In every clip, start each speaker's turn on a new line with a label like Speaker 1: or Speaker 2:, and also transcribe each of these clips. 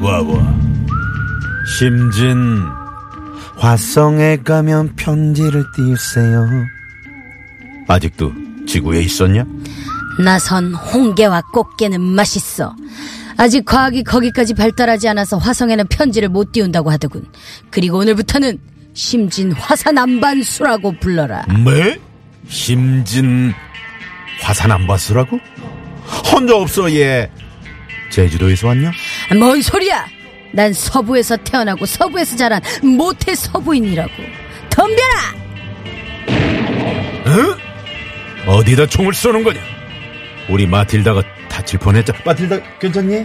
Speaker 1: 와와 심진
Speaker 2: 화성에 가면 편지를 띄우세요
Speaker 1: 아직도 지구에 있었냐?
Speaker 3: 나선 홍게와 꽃게는 맛있어. 아직 과학이 거기까지 발달하지 않아서 화성에는 편지를 못 띄운다고 하더군. 그리고 오늘부터는 심진 화산암반수라고 불러라.
Speaker 1: 뭐? 심진 화산 안 봤으라고? 혼자 없어 얘 제주도에서 왔냐?
Speaker 3: 뭔 소리야! 난 서부에서 태어나고 서부에서 자란 모태 서부인이라고. 덤벼라!
Speaker 1: 어디다 총을 쏘는 거냐? 우리 마틸다가 다칠 뻔했잖아 마틸다 괜찮니?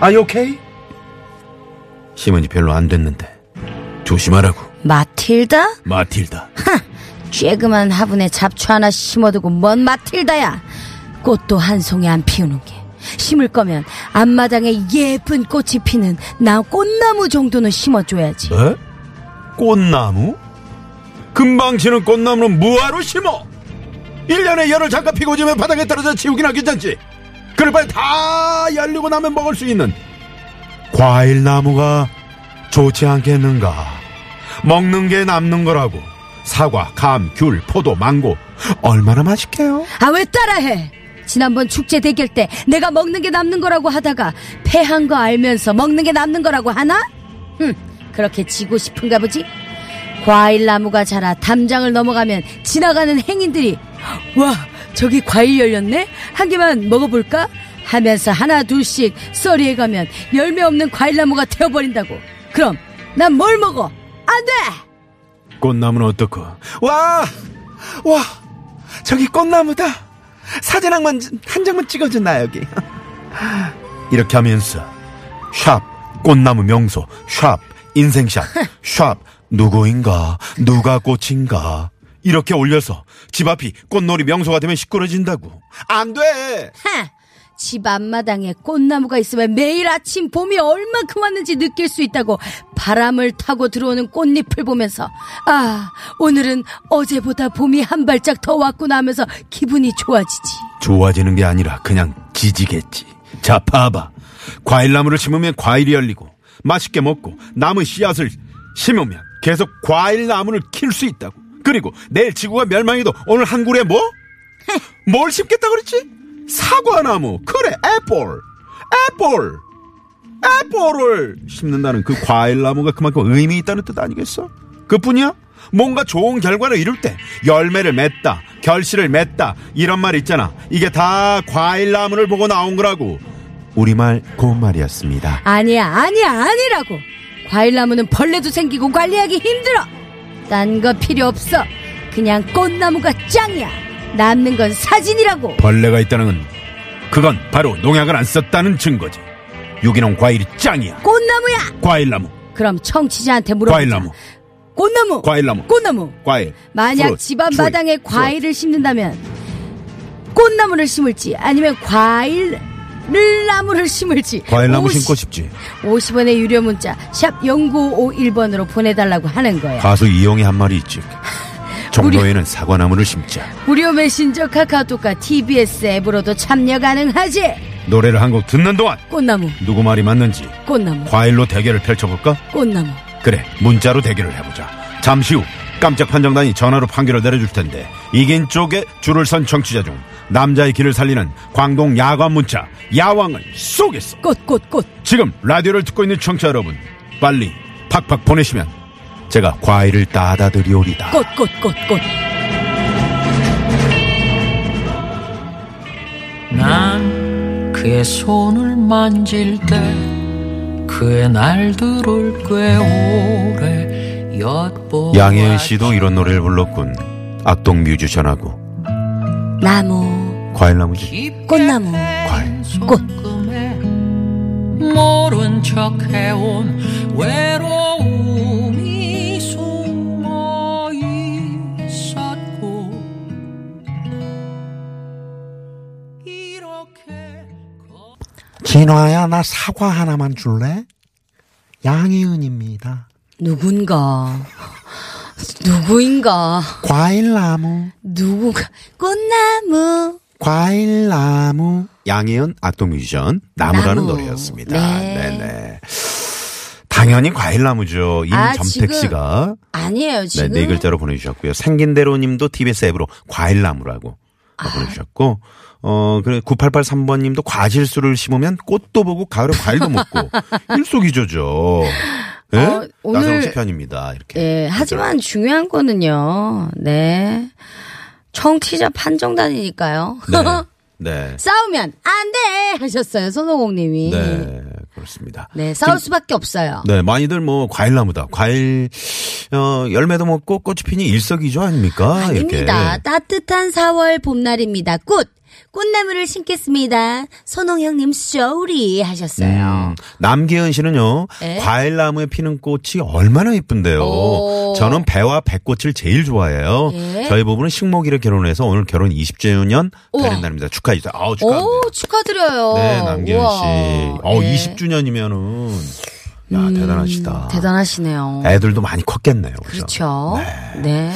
Speaker 1: 아이 오케이? 시문이 별로 안 됐는데 조심하라고
Speaker 3: 마틸다?
Speaker 1: 마틸다
Speaker 3: 쬐그만 화분에 잡초 하나 심어두고 뭔 마틸다야. 꽃도 한 송이 안 피우는 게. 심을 거면 앞마당에 예쁜 꽃이 피는 나 꽃나무 정도는 심어줘야지.
Speaker 1: 뭐? 꽃나무? 금방 치는 꽃나무는 무화로 심어! 1년에 열흘 잠깐 피고 지면 바닥에 떨어져 치우기나 괜찮지? 그럴 바에 다 열리고 나면 먹을 수 있는 과일나무가 좋지 않겠는가? 먹는 게 남는 거라고. 사과, 감, 귤, 포도, 망고. 얼마나 맛있게요?
Speaker 3: 아 왜 따라해? 지난번 축제 대결 때 내가 먹는 게 남는 거라고 하다가 패한 거 알면서 먹는 게 남는 거라고 하나? 흠 그렇게 지고 싶은가 보지? 과일 나무가 자라 담장을 넘어가면 지나가는 행인들이 와 저기 과일 열렸네 한 개만 먹어볼까 하면서 하나 둘씩 썰이에 가면 열매 없는 과일 나무가 태워버린다고 그럼 난 뭘 먹어 안돼
Speaker 1: 꽃나무는 어떻고?
Speaker 2: 와와 저기 꽃나무다 사진 한, 번, 한 장만 찍어줘 나 여기
Speaker 1: 이렇게 하면서 샵 꽃나무 명소 샵 인생샷 샵 누구인가 누가 꽃인가 이렇게 올려서 집 앞이 꽃놀이 명소가 되면 시끄러진다고 안돼
Speaker 3: 하! 집 앞마당에 꽃나무가 있으면 매일 아침 봄이 얼만큼 왔는지 느낄 수 있다고 바람을 타고 들어오는 꽃잎을 보면서 아 오늘은 어제보다 봄이 한 발짝 더 왔구나 하면서 기분이 좋아지지
Speaker 1: 좋아지는 게 아니라 그냥 지지겠지 자 봐봐 과일나무를 심으면 과일이 열리고 맛있게 먹고 나무 씨앗을 심으면 계속 과일나무를 킬 수 있다고 그리고 내일 지구가 멸망해도 오늘 한 그루에 뭐? 뭘 심겠다 그랬지? 사과나무 그래 애플 애플 애플을 심는다는 그 과일나무가 그만큼 의미 있다는 뜻 아니겠어? 그뿐이야? 뭔가 좋은 결과를 이룰 때 열매를 맺다 결실을 맺다 이런 말 있잖아 이게 다 과일나무를 보고 나온 거라고 우리말 고말이었습니다
Speaker 3: 아니야 아니야 아니라고 과일나무는 벌레도 생기고 관리하기 힘들어 딴 거 필요 없어 그냥 꽃나무가 짱이야 남는 건 사진이라고
Speaker 1: 벌레가 있다는 건 그건 바로 농약을 안 썼다는 증거지 유기농 과일이 짱이야
Speaker 3: 꽃나무야
Speaker 1: 과일나무
Speaker 3: 그럼 청취자한테 물어보자
Speaker 1: 과일나무.
Speaker 3: 꽃나무
Speaker 1: 과일나무
Speaker 3: 꽃나무
Speaker 1: 과일
Speaker 3: 만약
Speaker 1: 프루트,
Speaker 3: 집안
Speaker 1: 트리,
Speaker 3: 마당에
Speaker 1: 프루트.
Speaker 3: 과일을 심는다면 꽃나무를 심을지 아니면 과일 을 나무를 심을지
Speaker 1: 과일나무 심고
Speaker 3: 50
Speaker 1: 싶지
Speaker 3: 50원의 유료 문자 샵 0951번으로 보내달라고 하는 거야
Speaker 1: 가수 이용이 한 말이 있지 정도에는 사과나무를 심자
Speaker 3: 무료 메신저 카카오톡과 TBS 앱으로도 참여 가능하지
Speaker 1: 노래를 한 곡 듣는 동안
Speaker 3: 꽃나무
Speaker 1: 누구 말이 맞는지
Speaker 3: 꽃나무
Speaker 1: 과일로 대결을 펼쳐볼까?
Speaker 3: 꽃나무
Speaker 1: 그래 문자로 대결을 해보자 잠시 후 깜짝 판정단이 전화로 판결을 내려줄 텐데 이긴 쪽에 줄을 선 청취자 중 남자의 길을 살리는 광동 야관 문자 야왕을 쏘겠어
Speaker 3: 꽃꽃꽃
Speaker 1: 지금 라디오를 듣고 있는 청취자 여러분 빨리 팍팍 보내시면 제가 과일을 따다 드리오리다
Speaker 3: 꽃꽃꽃꽃
Speaker 4: 난 그의 손을 만질 때 그 그날들을 꽤 오래
Speaker 3: 어,
Speaker 4: 엿보
Speaker 1: 양혜은 씨도 이런 노래를 불렀군. 악동 뮤지션하고
Speaker 3: 나무
Speaker 1: 과일나무지.
Speaker 3: 꽃나무,
Speaker 1: 과일.
Speaker 3: 꽃.
Speaker 4: 모른 척해온 외로움이 숨어 있었고 이렇게 거-
Speaker 2: 진화야 나 사과 하나만 줄래? 양희은입니다.
Speaker 3: 누군가 누구인가
Speaker 2: 과일나무
Speaker 3: 누구가 꽃나무
Speaker 2: 과일나무
Speaker 1: 양혜은 악동 뮤지션 나무라는
Speaker 3: 나무.
Speaker 1: 노래였습니다.
Speaker 3: 네.
Speaker 1: 네 당연히 과일나무죠.
Speaker 3: 아,
Speaker 1: 임점택
Speaker 3: 지금-
Speaker 1: 씨가
Speaker 3: 아니에요
Speaker 1: 네,
Speaker 3: 지금
Speaker 1: 네 글자로 보내주셨고요. 생긴대로님도 TBS 앱으로 과일나무라고 어,
Speaker 3: 아.
Speaker 1: 보내주셨고, 어, 그래, 9883번님도 과실수를 심으면 꽃도 보고 가을에 과일도 먹고, 일석이조죠. 예?
Speaker 3: 어, 오늘-
Speaker 1: 나성훈 씨 편입니다. 이렇게.
Speaker 3: 예 하지만
Speaker 1: 그렇죠.
Speaker 3: 중요한 거는요 네 청취자 판정단이니까요
Speaker 1: 네. 네.
Speaker 3: 싸우면 안 돼 하셨어요 손오공님이
Speaker 1: 네. 그렇습니다.
Speaker 3: 네, 싸울 수밖에 없어요
Speaker 1: 네, 많이들 뭐 과일나무다. 과일 어 열매도 먹고 꽃이 피니 일석이조 네, 아닙니까?
Speaker 3: 아닙니다. 네.
Speaker 1: 이렇게.
Speaker 3: 따뜻한 4월 봄날입니다. 꽃! 꽃나무를 심겠습니다. 손홍형님 쇼리 하셨어요.
Speaker 1: 음, 남기은 씨는요.
Speaker 3: 네.
Speaker 1: 과일나무에 피는 꽃이 얼마나 예쁜데요.
Speaker 3: 오.
Speaker 1: 저는 배와 배꽃을 제일 좋아해요.
Speaker 3: 예.
Speaker 1: 저희 부부는 식목일에 결혼해서 오늘 결혼 20주년
Speaker 3: 우와.
Speaker 1: 되는 날입니다. 축하해 주세요. 아우 음, 축하합니다.
Speaker 3: 오, 축하드려요.
Speaker 1: 네, 남기은
Speaker 3: 우와.
Speaker 1: 씨. 어
Speaker 3: 네.
Speaker 1: 20주년이면은 야, 대단하시다.
Speaker 3: 음, 대단하시네요.
Speaker 1: 애들도 많이 컸겠네요. 그죠?
Speaker 3: 그렇죠. 네.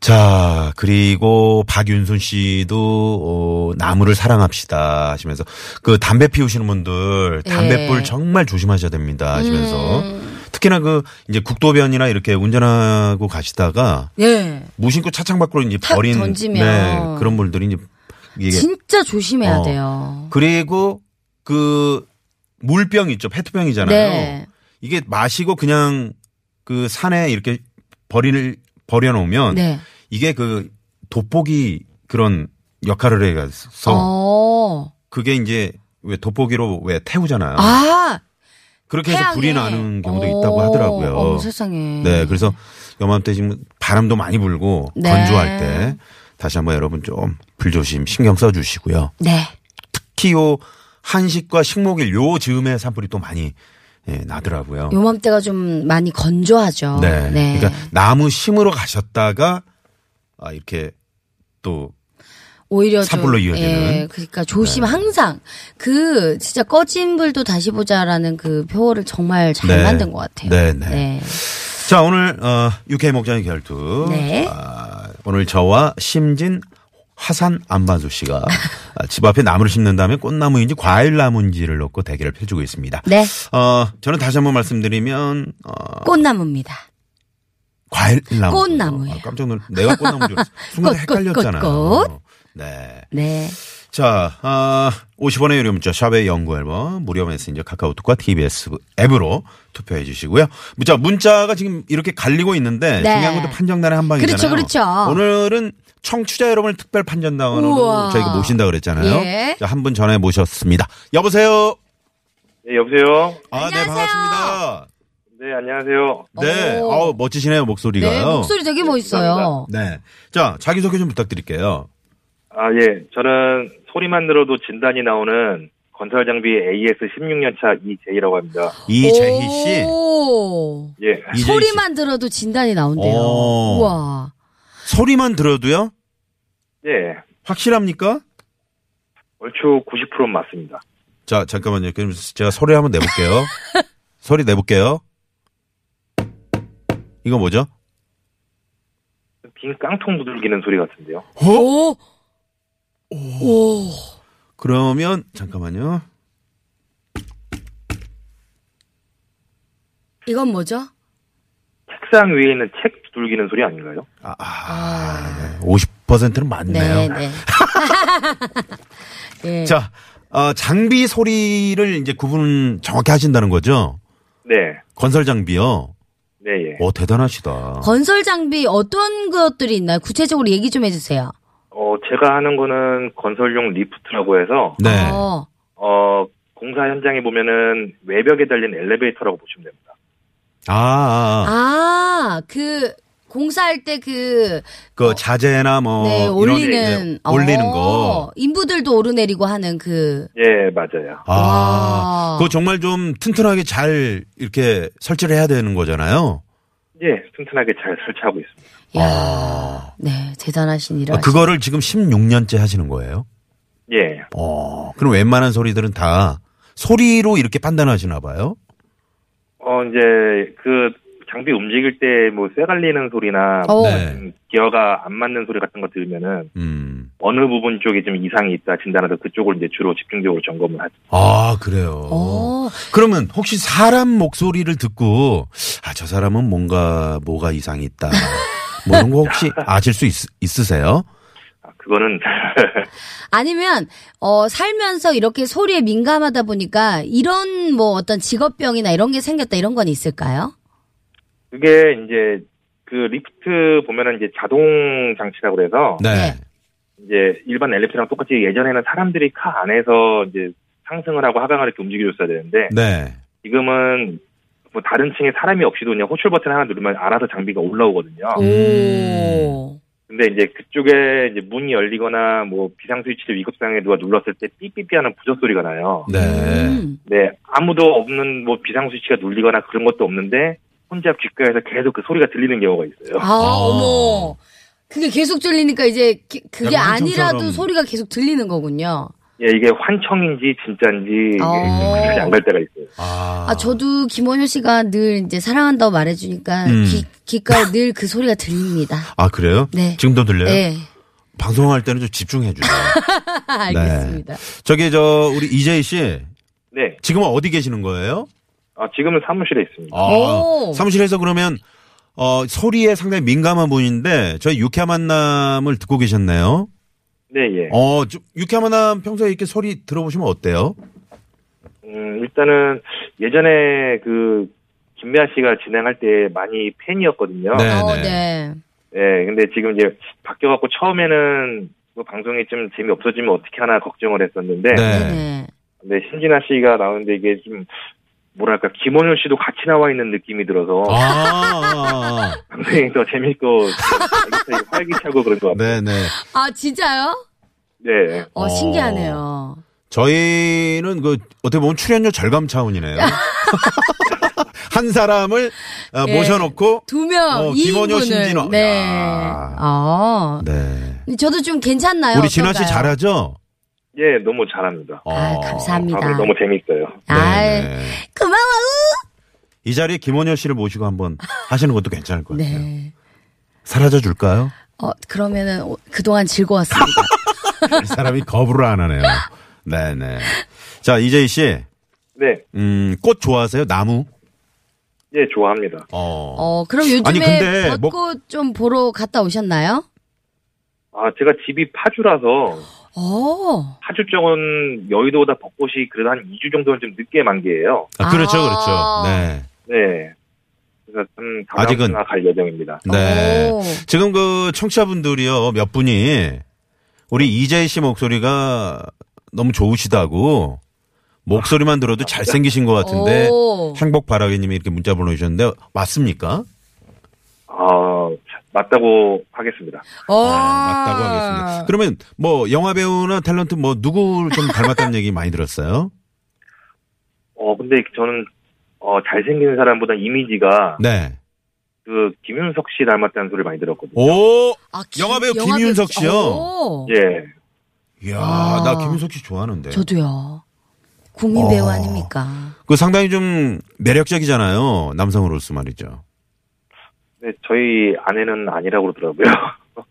Speaker 1: 자, 그리고 박윤순 씨도 어, 나무를 사랑합시다 하시면서 그 담배 피우시는 분들 담배불
Speaker 3: 예. 음.
Speaker 1: 정말 조심하셔야 됩니다 하시면서 특히나 그 이제 국도변이나 이렇게 운전하고 가시다가
Speaker 3: 예.
Speaker 1: 무심코 차창 밖으로 이제
Speaker 3: 탁
Speaker 1: 버린
Speaker 3: 던지면.
Speaker 1: 네, 그런 분들이 이제 이게
Speaker 3: 진짜 조심해야
Speaker 1: 어.
Speaker 3: 돼요.
Speaker 1: 그리고 그 물병 있죠 페트병이잖아요.
Speaker 3: 네.
Speaker 1: 이게 마시고 그냥 그 산에 이렇게 버리를 버려 놓으면
Speaker 3: 네.
Speaker 1: 이게 그 돋보기 그런 역할을 해서
Speaker 3: 어.
Speaker 1: 그게 이제 왜 돋보기로 왜 태우잖아요.
Speaker 3: 아.
Speaker 1: 그렇게 해서 불이
Speaker 3: 태양에.
Speaker 1: 나는 경우도
Speaker 3: 어.
Speaker 1: 있다고 하더라고요.
Speaker 3: 어머, 세상에.
Speaker 1: 네, 그래서 요맘때 지금 바람도 많이 불고
Speaker 3: 네.
Speaker 1: 건조할 때 다시 한번 여러분 좀 불조심 신경 써 주시고요.
Speaker 3: 네.
Speaker 1: 특히 요 한식과 식목일 요 즈음에 산불이 또 많이 예, 나더라고요.
Speaker 3: 요맘때가 좀 많이 건조하죠.
Speaker 1: 네. 그러니까 나무 심으러 가셨다가 아 이렇게 또
Speaker 3: 오히려 좀-
Speaker 1: 산불로 이어지는. 네.
Speaker 3: 예, 그러니까 조심 항상 그 진짜 꺼진 불도 다시 보자라는 그 표어를 정말 잘
Speaker 1: 네.
Speaker 3: 만든 것 같아요.
Speaker 1: 네, 네. 자 오늘 어, UK 목장의 결투
Speaker 3: 네.
Speaker 1: 아, 오늘 저와 심진 화산 안반수 씨가 아, 집 앞에 나무를 심는 다음에 꽃나무인지 과일나무인지를 놓고 대결을 펼치고 있습니다.
Speaker 3: 네.
Speaker 1: 어 저는 다시 한번 말씀드리면 어,
Speaker 3: 꽃나무입니다.
Speaker 1: 과일나무
Speaker 3: 꽃나무예요.
Speaker 1: 아, 깜짝 놀 내가 꽃나무 줄 알았어. 순간
Speaker 3: 꽃, 꽃,
Speaker 1: 헷갈렸잖아요.
Speaker 3: 꽃,
Speaker 1: 네.
Speaker 3: 네.
Speaker 1: 자, 아, 50원의 유료 문자 샵의 연구 앨범 무료 메신저 카카오톡과 TBS 앱으로 투표해 주시고요. 문자 문자가 지금 이렇게 갈리고 있는데
Speaker 3: 네.
Speaker 1: 중요한 것도 판정단의 한 방이잖아요.
Speaker 3: 그렇죠, 그렇죠.
Speaker 1: 오늘은 청취자 여러분을 특별 판정단으로
Speaker 3: 우와.
Speaker 1: 저희가 모신다 그랬잖아요.
Speaker 3: 예.
Speaker 1: 자, 한 분 전화 모셨습니다. 여보세요.
Speaker 5: 네, 여보세요.
Speaker 1: 아, 네,
Speaker 3: 안녕하세요.
Speaker 1: 반갑습니다.
Speaker 5: 네, 안녕하세요.
Speaker 1: 네.
Speaker 3: 오.
Speaker 1: 아우, 멋지시네요, 목소리가요.
Speaker 3: 네, 목소리 되게 멋있어요.
Speaker 1: 네. 자, 자기 소개 좀 부탁드릴게요.
Speaker 5: 아, 예. 저는 소리만 들어도 진단이 나오는 건설 장비 AS 16년차 이재희라고 합니다.
Speaker 1: 이재희 씨.
Speaker 3: 오.
Speaker 5: 예.
Speaker 1: 이재희 씨.
Speaker 3: 소리만 들어도 진단이 나온대요.
Speaker 1: 오.
Speaker 3: 우와.
Speaker 1: 소리만 들어도요?
Speaker 5: 예.
Speaker 1: 확실합니까?
Speaker 5: 얼추 90%는 맞습니다.
Speaker 1: 자, 잠깐만요. 그럼 제가 소리 한번 내볼게요. 소리 내볼게요. 이거 뭐죠?
Speaker 5: 빈 깡통 두들기는 소리 같은데요.
Speaker 1: 어?
Speaker 3: 오. 오.
Speaker 1: 그러면 잠깐만요.
Speaker 3: 이건 뭐죠?
Speaker 5: 책상 위에 있는 책 두들기는 소리 아닌가요?
Speaker 1: 아, 아, 네. 50%는 맞네요.
Speaker 3: 네. 예.
Speaker 1: 자, 어, 장비 소리를 이제 구분 정확히 하신다는 거죠?
Speaker 5: 네.
Speaker 1: 건설 장비요.
Speaker 5: 네, 예.
Speaker 1: 오, 대단하시다.
Speaker 3: 건설 장비 어떤 것들이 있나요? 구체적으로 얘기 좀 해주세요.
Speaker 5: 어, 제가 하는 거는 건설용 리프트라고 해서,
Speaker 1: 네.
Speaker 3: 어.
Speaker 5: 어, 공사 현장에 보면은 외벽에 달린 엘리베이터라고 보시면 됩니다.
Speaker 1: 아, 아, 아.
Speaker 3: 아, 그 공사할 때 그
Speaker 1: 그 자재나 뭐
Speaker 3: 네,
Speaker 1: 이런
Speaker 3: 올리는
Speaker 1: 네, 올리는
Speaker 3: 어,
Speaker 1: 거.
Speaker 3: 인부들도 오르내리고 하는 그
Speaker 5: 예, 맞아요.
Speaker 1: 아,
Speaker 3: 와.
Speaker 1: 그거 정말 좀 튼튼하게 잘 이렇게 설치를 해야 되는 거잖아요.
Speaker 5: 예, 튼튼하게 잘 설치하고 있습니다.
Speaker 3: 야. 네, 대단하신 일을
Speaker 1: 아, 그거를 지금 16년째 하시는 거예요?
Speaker 5: 예,
Speaker 1: 어, 그럼 웬만한 소리들은 다 소리로 이렇게 판단하시나 봐요?
Speaker 5: 어 이제 그 장비 움직일 때 뭐 쇠갈리는 소리나
Speaker 3: 어.
Speaker 1: 네.
Speaker 5: 음, 기어가 안 맞는 소리 같은 거 들으면은
Speaker 1: 음.
Speaker 5: 어느 부분 쪽에 좀 이상이 있다 진단해서 그쪽을 이제 주로 집중적으로 점검을 하죠.
Speaker 1: 아, 그래요.
Speaker 3: 어.
Speaker 1: 그러면 혹시 사람 목소리를 듣고 아, 저 사람은 뭔가 뭐가 이상이 있다. 뭐 이런 거 혹시 아실 수 있, 있으세요?
Speaker 5: 아, 그거는
Speaker 3: 아니면 어 살면서 이렇게 소리에 민감하다 보니까 이런 뭐 어떤 직업병이나 이런 게 생겼다 이런 건 있을까요?
Speaker 5: 그게 이제 그 리프트 보면은 이제 자동 장치라고 그래서
Speaker 3: 네.
Speaker 5: 이제 일반 엘리프트랑 똑같이 예전에는 사람들이 카 안에서 이제 상승을 하고 하강을 이렇게 움직여줬어야 되는데
Speaker 1: 네.
Speaker 5: 지금은 뭐 다른 층에 사람이 없이도 그냥 호출 버튼 하나 누르면 알아서 장비가 올라오거든요.
Speaker 3: 오.
Speaker 5: 근데 이제 그쪽에 이제 문이 열리거나 뭐 비상 스위치를 위급상에 누가 눌렀을 때 삐삐삐 하는 부젓 소리가 나요.
Speaker 1: 네.
Speaker 3: 음.
Speaker 5: 네, 아무도 없는 뭐 비상 스위치가 눌리거나 그런 것도 없는데 혼자 귓가에서 계속 그 소리가 들리는 경우가 있어요.
Speaker 3: 아, 어머. 그게 계속 들리니까 이제 기- 그게
Speaker 1: 약간
Speaker 3: 아니라도
Speaker 1: 한창처럼.
Speaker 3: 소리가 계속 들리는 거군요.
Speaker 5: 예, 이게 환청인지 진짜인지
Speaker 3: 어.
Speaker 5: 그게 안갈 때가 있어요.
Speaker 1: 아,
Speaker 3: 아, 저도 김원효 씨가 늘 이제 사랑한다고 말해주니까
Speaker 1: 음.
Speaker 3: 귀, 귓가에 늘 그 소리가 들립니다.
Speaker 1: 아, 그래요?
Speaker 3: 네.
Speaker 1: 지금도 들려요?
Speaker 3: 네.
Speaker 1: 방송할 때는 좀 집중해 주세요.
Speaker 3: 알겠습니다.
Speaker 1: 저기 저 우리 이재희 씨
Speaker 5: 네,
Speaker 1: 지금 은 어디 계시는 거예요?
Speaker 5: 아, 지금은 사무실에 있습니다.
Speaker 1: 아,
Speaker 3: 오.
Speaker 1: 사무실에서 그러면 어, 소리에 상당히 민감한 분인데 저희 유쾌한 만남을 듣고 계셨네요.
Speaker 5: 네, 예.
Speaker 1: 어, 좀 유쾌한 만남 평소에 이렇게 소리 들어보시면 어때요?
Speaker 5: 음, 일단은 예전에 그 김미아 씨가 진행할 때 많이 팬이었거든요.
Speaker 1: 네.
Speaker 3: 어, 네.
Speaker 5: 예, 근데 지금 이제 바뀌어갖고 처음에는 그 방송이 좀 재미없어지면 어떻게 하나 걱정을 했었는데,
Speaker 3: 네.
Speaker 1: 네.
Speaker 3: 네.
Speaker 5: 근데 신진아 씨가 나오는데 이게 좀, 뭐랄까, 김원효 씨도 같이 나와 있는 느낌이 들어서,
Speaker 1: 아, 아, 아.
Speaker 5: 방송이 더 재밌고, 좀 알겠어요. 활기차고 그런 것 같아요.
Speaker 1: 네, 네.
Speaker 3: 아, 진짜요?
Speaker 5: 네.
Speaker 3: 어,
Speaker 1: 어.
Speaker 3: 신기하네요.
Speaker 1: 저희는 그 어떻게 보면 출연료 절감 차원이네요. 한 사람을 어,
Speaker 3: 예.
Speaker 1: 모셔놓고
Speaker 3: 두 명,
Speaker 1: 어,
Speaker 3: 이
Speaker 1: 김원효,
Speaker 3: 2인분을.
Speaker 1: 신진호.
Speaker 3: 네.
Speaker 1: 야.
Speaker 3: 어.
Speaker 1: 네.
Speaker 3: 근데 저도 좀 괜찮나요?
Speaker 1: 우리 진아 씨
Speaker 3: 어떤가요?
Speaker 1: 잘하죠?
Speaker 5: 예, 너무 잘합니다.
Speaker 3: 아,
Speaker 1: 어.
Speaker 3: 감사합니다.
Speaker 5: 방송 너무 재밌어요.
Speaker 3: 아이,
Speaker 1: 네, 네.
Speaker 3: 고마워.
Speaker 1: 이 자리에 김원효 씨를 모시고 한번 하시는 것도 괜찮을 것 같아요.
Speaker 3: 네.
Speaker 1: 사라져 줄까요?
Speaker 3: 어, 그러면은 오- 그동안 즐거웠습니다.
Speaker 1: 이 사람이 거부를 안 하네요. 네네. 자, 이재희 씨.
Speaker 5: 네.
Speaker 1: 음, 꽃 좋아하세요? 나무?
Speaker 5: 예, 좋아합니다.
Speaker 1: 어.
Speaker 3: 어, 그럼 요즘에
Speaker 1: 아니, 근데 뭐-
Speaker 3: 벚꽃 좀 보러 갔다 오셨나요?
Speaker 5: 아, 제가 집이 파주라서,
Speaker 3: 어.
Speaker 5: 파주 쪽은 여의도보다 벚꽃이 그래도 한 2주 정도는 좀 늦게 만개예요.
Speaker 1: 아, 그렇죠,
Speaker 3: 아.
Speaker 1: 그렇죠. 네.
Speaker 5: 네. 그래서 좀
Speaker 1: 아직은-
Speaker 5: 다음주나 갈 예정입니다.
Speaker 3: 어.
Speaker 1: 네.
Speaker 3: 오.
Speaker 1: 지금 그 청취자분들이요, 몇 분이 우리 이재희 씨 목소리가 너무 좋으시다고 목소리만 들어도 잘생기신 것 같은데
Speaker 3: 오.
Speaker 1: 행복 바라기님이 이렇게 문자 보내주셨는데 맞습니까?
Speaker 5: 아, 맞다고 하겠습니다.
Speaker 1: 아,
Speaker 3: 어.
Speaker 1: 네,
Speaker 3: 아,
Speaker 1: 맞다고 하겠습니다. 그러면 뭐 영화 배우나 탤런트 뭐 누구 좀 닮았다는 얘기 많이 들었어요?
Speaker 5: 어, 근데 저는, 어, 잘생긴 사람보다 이미지가
Speaker 1: 네.
Speaker 5: 그 김윤석 씨 닮았다는 소리를 많이 들었거든요.
Speaker 1: 오.
Speaker 3: 아,
Speaker 1: 영화배우 김윤석 씨요?
Speaker 3: 오.
Speaker 5: 예.
Speaker 1: 이야,
Speaker 3: 아.
Speaker 1: 나 김윤석 씨 좋아하는데.
Speaker 3: 저도요. 국민 배우
Speaker 1: 어.
Speaker 3: 아닙니까?
Speaker 1: 그 상당히 좀 매력적이잖아요. 남성으로서 말이죠.
Speaker 5: 네, 저희 아내는 아니라고 그러더라고요.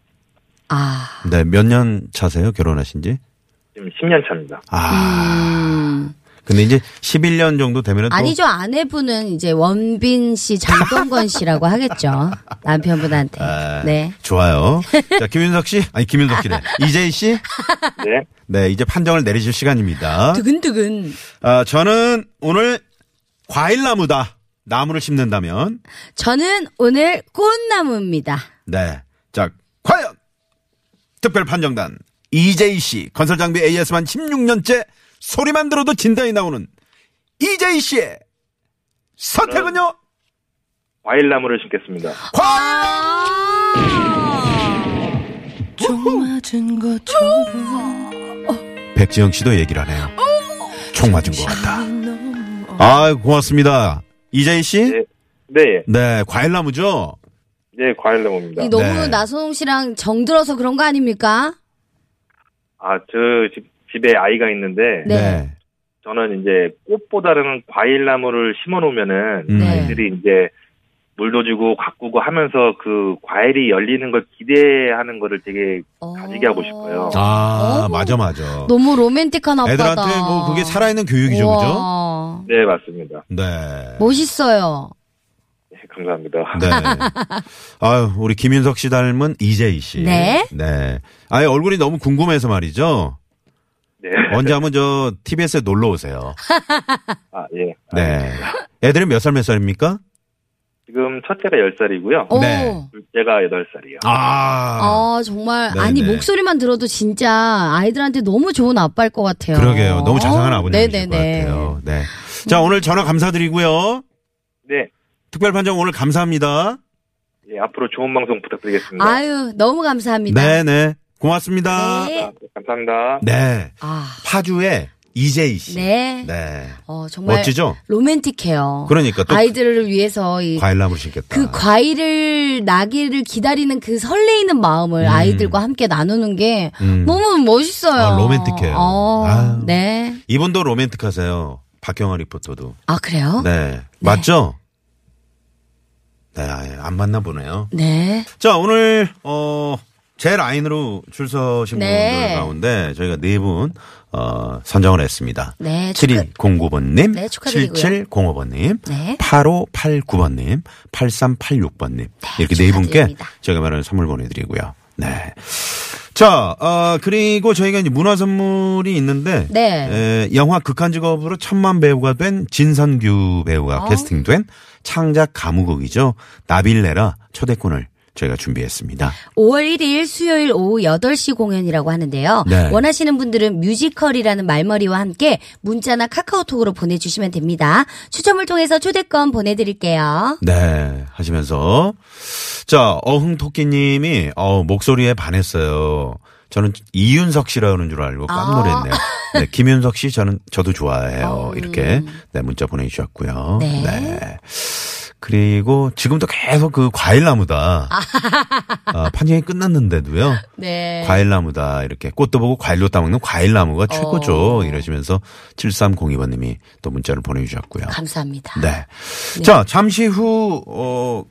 Speaker 3: 아.
Speaker 1: 네, 몇 년 차세요? 결혼하신 지?
Speaker 5: 지금 10년 차입니다.
Speaker 1: 아.
Speaker 3: 음.
Speaker 1: 근데 이제 11년 정도 되면은 또
Speaker 3: 아니죠. 아내분은 이제 원빈 씨, 장동건 씨라고 하겠죠. 남편분한테.
Speaker 1: 아,
Speaker 3: 네.
Speaker 1: 좋아요. 자, 김윤석 씨? 아니, 김윤석 씨래. 이재희 씨?
Speaker 5: 네.
Speaker 1: 네, 이제 판정을 내리실 시간입니다.
Speaker 3: 두근두근.
Speaker 1: 아, 저는 오늘 과일나무다. 나무를 심는다면
Speaker 3: 저는 오늘 꽃나무입니다.
Speaker 1: 네. 자, 과연 특별 판정단 이재희 씨 건설 장비 AS만 16년째 소리만 들어도 진단이 나오는 이재희 씨의 선택은요?
Speaker 5: 과일 나무를 심겠습니다.
Speaker 1: 과연
Speaker 6: 총 맞은 것처럼
Speaker 1: 백지영 씨도 얘기를 하네요. 총 맞은 것 같다.
Speaker 6: 너무
Speaker 1: 아 고맙습니다. 이재희 씨?
Speaker 5: 네. 네,
Speaker 1: 네, 과일나무죠?
Speaker 5: 네, 과일 나무입니다.
Speaker 3: 이 너무
Speaker 1: 네.
Speaker 3: 나선홍 씨랑 정들어서 그런 거 아닙니까?
Speaker 5: 아, 저 집, 집에 아이가 있는데
Speaker 3: 네.
Speaker 5: 저는 이제 꽃보다는 과일 나무를 심어 놓으면은
Speaker 1: 음.
Speaker 3: 네.
Speaker 5: 아이들이 이제 물도 주고 가꾸고 하면서 그 과일이 열리는 걸 기대하는 거를 되게 가지게 하고 싶어요.
Speaker 1: 아,
Speaker 3: 어.
Speaker 1: 맞아, 맞아.
Speaker 3: 너무 로맨틱한 아빠다.
Speaker 1: 애들한테 뭐 그게 살아있는 교육이죠, 그죠?
Speaker 3: 우와.
Speaker 5: 네, 맞습니다.
Speaker 1: 네.
Speaker 3: 멋있어요.
Speaker 5: 네, 감사합니다.
Speaker 1: 네. 아유, 우리 김윤석 씨 닮은 이재희 씨.
Speaker 3: 네.
Speaker 1: 네. 아예 얼굴이 너무 궁금해서 말이죠.
Speaker 5: 네.
Speaker 1: 언제 한번 저 TBS에 놀러 오세요.
Speaker 5: 아, 예.
Speaker 1: 네. 애들은 몇 살 몇 살입니까?
Speaker 5: 지금 첫째가 10살이고요.
Speaker 3: 오.
Speaker 1: 네.
Speaker 5: 둘째가 8살이요.
Speaker 1: 아.
Speaker 3: 아, 정말.
Speaker 1: 네,
Speaker 3: 아니,
Speaker 1: 네.
Speaker 3: 목소리만 들어도 진짜 아이들한테 너무 좋은 아빠일 것 같아요. 어?
Speaker 1: 그러게요. 너무 자상한 아버님이실 것
Speaker 3: 네네네.
Speaker 1: 같아요. 네. 자, 오늘 전화 감사드리고요.
Speaker 5: 네.
Speaker 1: 특별 판정 오늘 감사합니다.
Speaker 5: 예, 앞으로 좋은 방송 부탁드리겠습니다.
Speaker 3: 아유, 너무 감사합니다.
Speaker 1: 네. 네네. 고맙습니다.
Speaker 3: 네.
Speaker 5: 아, 감사합니다.
Speaker 1: 네.
Speaker 3: 아,
Speaker 1: 파주의 이재희 씨.
Speaker 3: 네.
Speaker 1: 네.
Speaker 3: 어, 정말
Speaker 1: 멋지죠?
Speaker 3: 로맨틱해요.
Speaker 1: 그러니까 또
Speaker 3: 아이들을 위해서 이
Speaker 1: 과일나무를 심겠다.
Speaker 3: 그 과일을 나기를 기다리는 그 설레이는 마음을 아이들과 함께 나누는 게
Speaker 1: 음.
Speaker 3: 너무 멋있어요.
Speaker 1: 아, 로맨틱해요.
Speaker 3: 어,
Speaker 1: 아유.
Speaker 3: 네.
Speaker 1: 이분도 로맨틱하세요. 박경화 리포터도.
Speaker 3: 아 그래요?
Speaker 1: 네. 맞죠? 네, 아예 안 만나 보네요.
Speaker 3: 네.
Speaker 1: 자, 오늘, 어, 제 라인으로 출서하신
Speaker 3: 네.
Speaker 1: 분들 가운데 저희가 네 분, 어, 선정을 했습니다.
Speaker 3: 네, 축하-
Speaker 1: 7209번님,
Speaker 3: 네, 축하드리고요.
Speaker 1: 7705번님,
Speaker 3: 네.
Speaker 1: 8589번님, 8386번님. 이렇게 네 분께
Speaker 3: 축하드립니다.
Speaker 1: 저희가 말하는 선물 보내드리고요. 네. 자, 어, 그리고 저희가 이제 문화 선물이 있는데,
Speaker 3: 네.
Speaker 1: 에, 영화 극한 직업으로 천만 배우가 된 진선규 배우가
Speaker 3: 어.
Speaker 1: 캐스팅된 창작 가무곡이죠. 나빌레라 초대권을 저희가 준비했습니다.
Speaker 3: 5월 1일 수요일 오후 8시 공연이라고 하는데요.
Speaker 1: 네.
Speaker 3: 원하시는 분들은 뮤지컬이라는 말머리와 함께 문자나 카카오톡으로 보내주시면 됩니다. 추첨을 통해서 초대권 보내드릴게요.
Speaker 1: 네, 하시면서. 자, 어흥토끼님이, 어, 목소리에 반했어요. 저는 이윤석 씨라는 줄 알고
Speaker 3: 아. 어, 음.
Speaker 1: 깜놀했네요. 네, 김윤석 씨 저는, 저도 좋아해요. 이렇게, 네, 문자 보내주셨고요.
Speaker 3: 네.
Speaker 1: 그리고 지금도 계속 그 과일나무다. 아, 판정이 끝났는데도요.
Speaker 3: 네. 어.
Speaker 1: 과일나무다. 이렇게 꽃도 보고 과일로 따먹는 과일나무가 최고죠. 이러시면서 7302번님이 또 문자를 보내주셨고요.
Speaker 3: 감사합니다.
Speaker 1: 네. 자, 잠시 후, 어,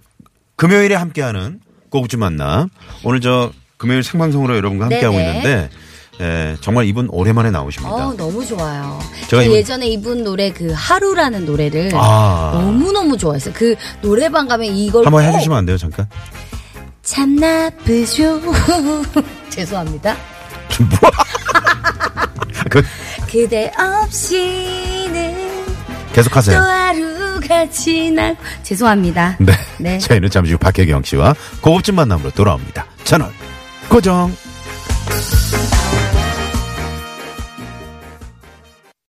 Speaker 1: 금요일에 함께하는 꼬부지 만남. 오늘 저 금요일 생방송으로 여러분과 함께하고
Speaker 3: 네네.
Speaker 1: 있는데, 예, 정말 이분 오랜만에 나오십니다.
Speaker 3: 어, 너무 좋아요.
Speaker 1: 제가
Speaker 3: 제가
Speaker 1: 이번-
Speaker 3: 예전에 이분 노래 그 하루라는 노래를
Speaker 1: 아.
Speaker 3: 너무너무 좋아했어요. 그 노래방 가면 이걸
Speaker 1: 한번
Speaker 3: 꼭
Speaker 1: 해주시면 안 돼요, 잠깐?
Speaker 3: 참 나쁘죠. 죄송합니다.
Speaker 1: 뭐 그,
Speaker 3: 그대 없이는
Speaker 1: 계속
Speaker 3: 또
Speaker 1: 하세요.
Speaker 3: 하루가 지나고 죄송합니다.
Speaker 1: 네.
Speaker 3: 네.
Speaker 1: 저희는 잠시 후 박혜경 씨와 고급진 만남으로 돌아옵니다. 채널 고정.